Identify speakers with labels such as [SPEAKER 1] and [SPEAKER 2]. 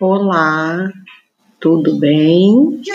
[SPEAKER 1] Olá, tudo bem?